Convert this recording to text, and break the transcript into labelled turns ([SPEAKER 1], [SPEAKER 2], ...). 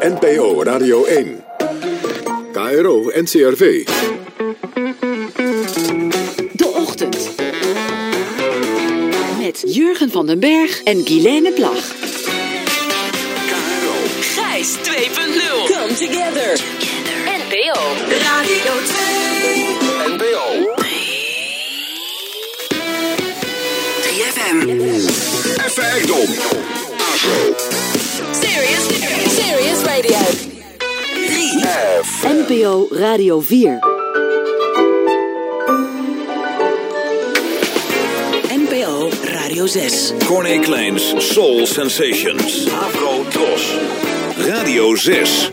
[SPEAKER 1] NPO Radio 1. KRO NCRV.
[SPEAKER 2] De Ochtend. Met Jurgen van den Berg en Guilaine Plag.
[SPEAKER 3] Gijs 2.0. Come together. NPO Radio 2.
[SPEAKER 4] NPO
[SPEAKER 3] 3FM.
[SPEAKER 4] Even Ekdom.
[SPEAKER 3] Serious. Serious Radio. 3.
[SPEAKER 2] NPO Radio 4.
[SPEAKER 5] NPO Radio 6.
[SPEAKER 6] Corné Kleins Soul Sensations. Avro Tros. Radio 6.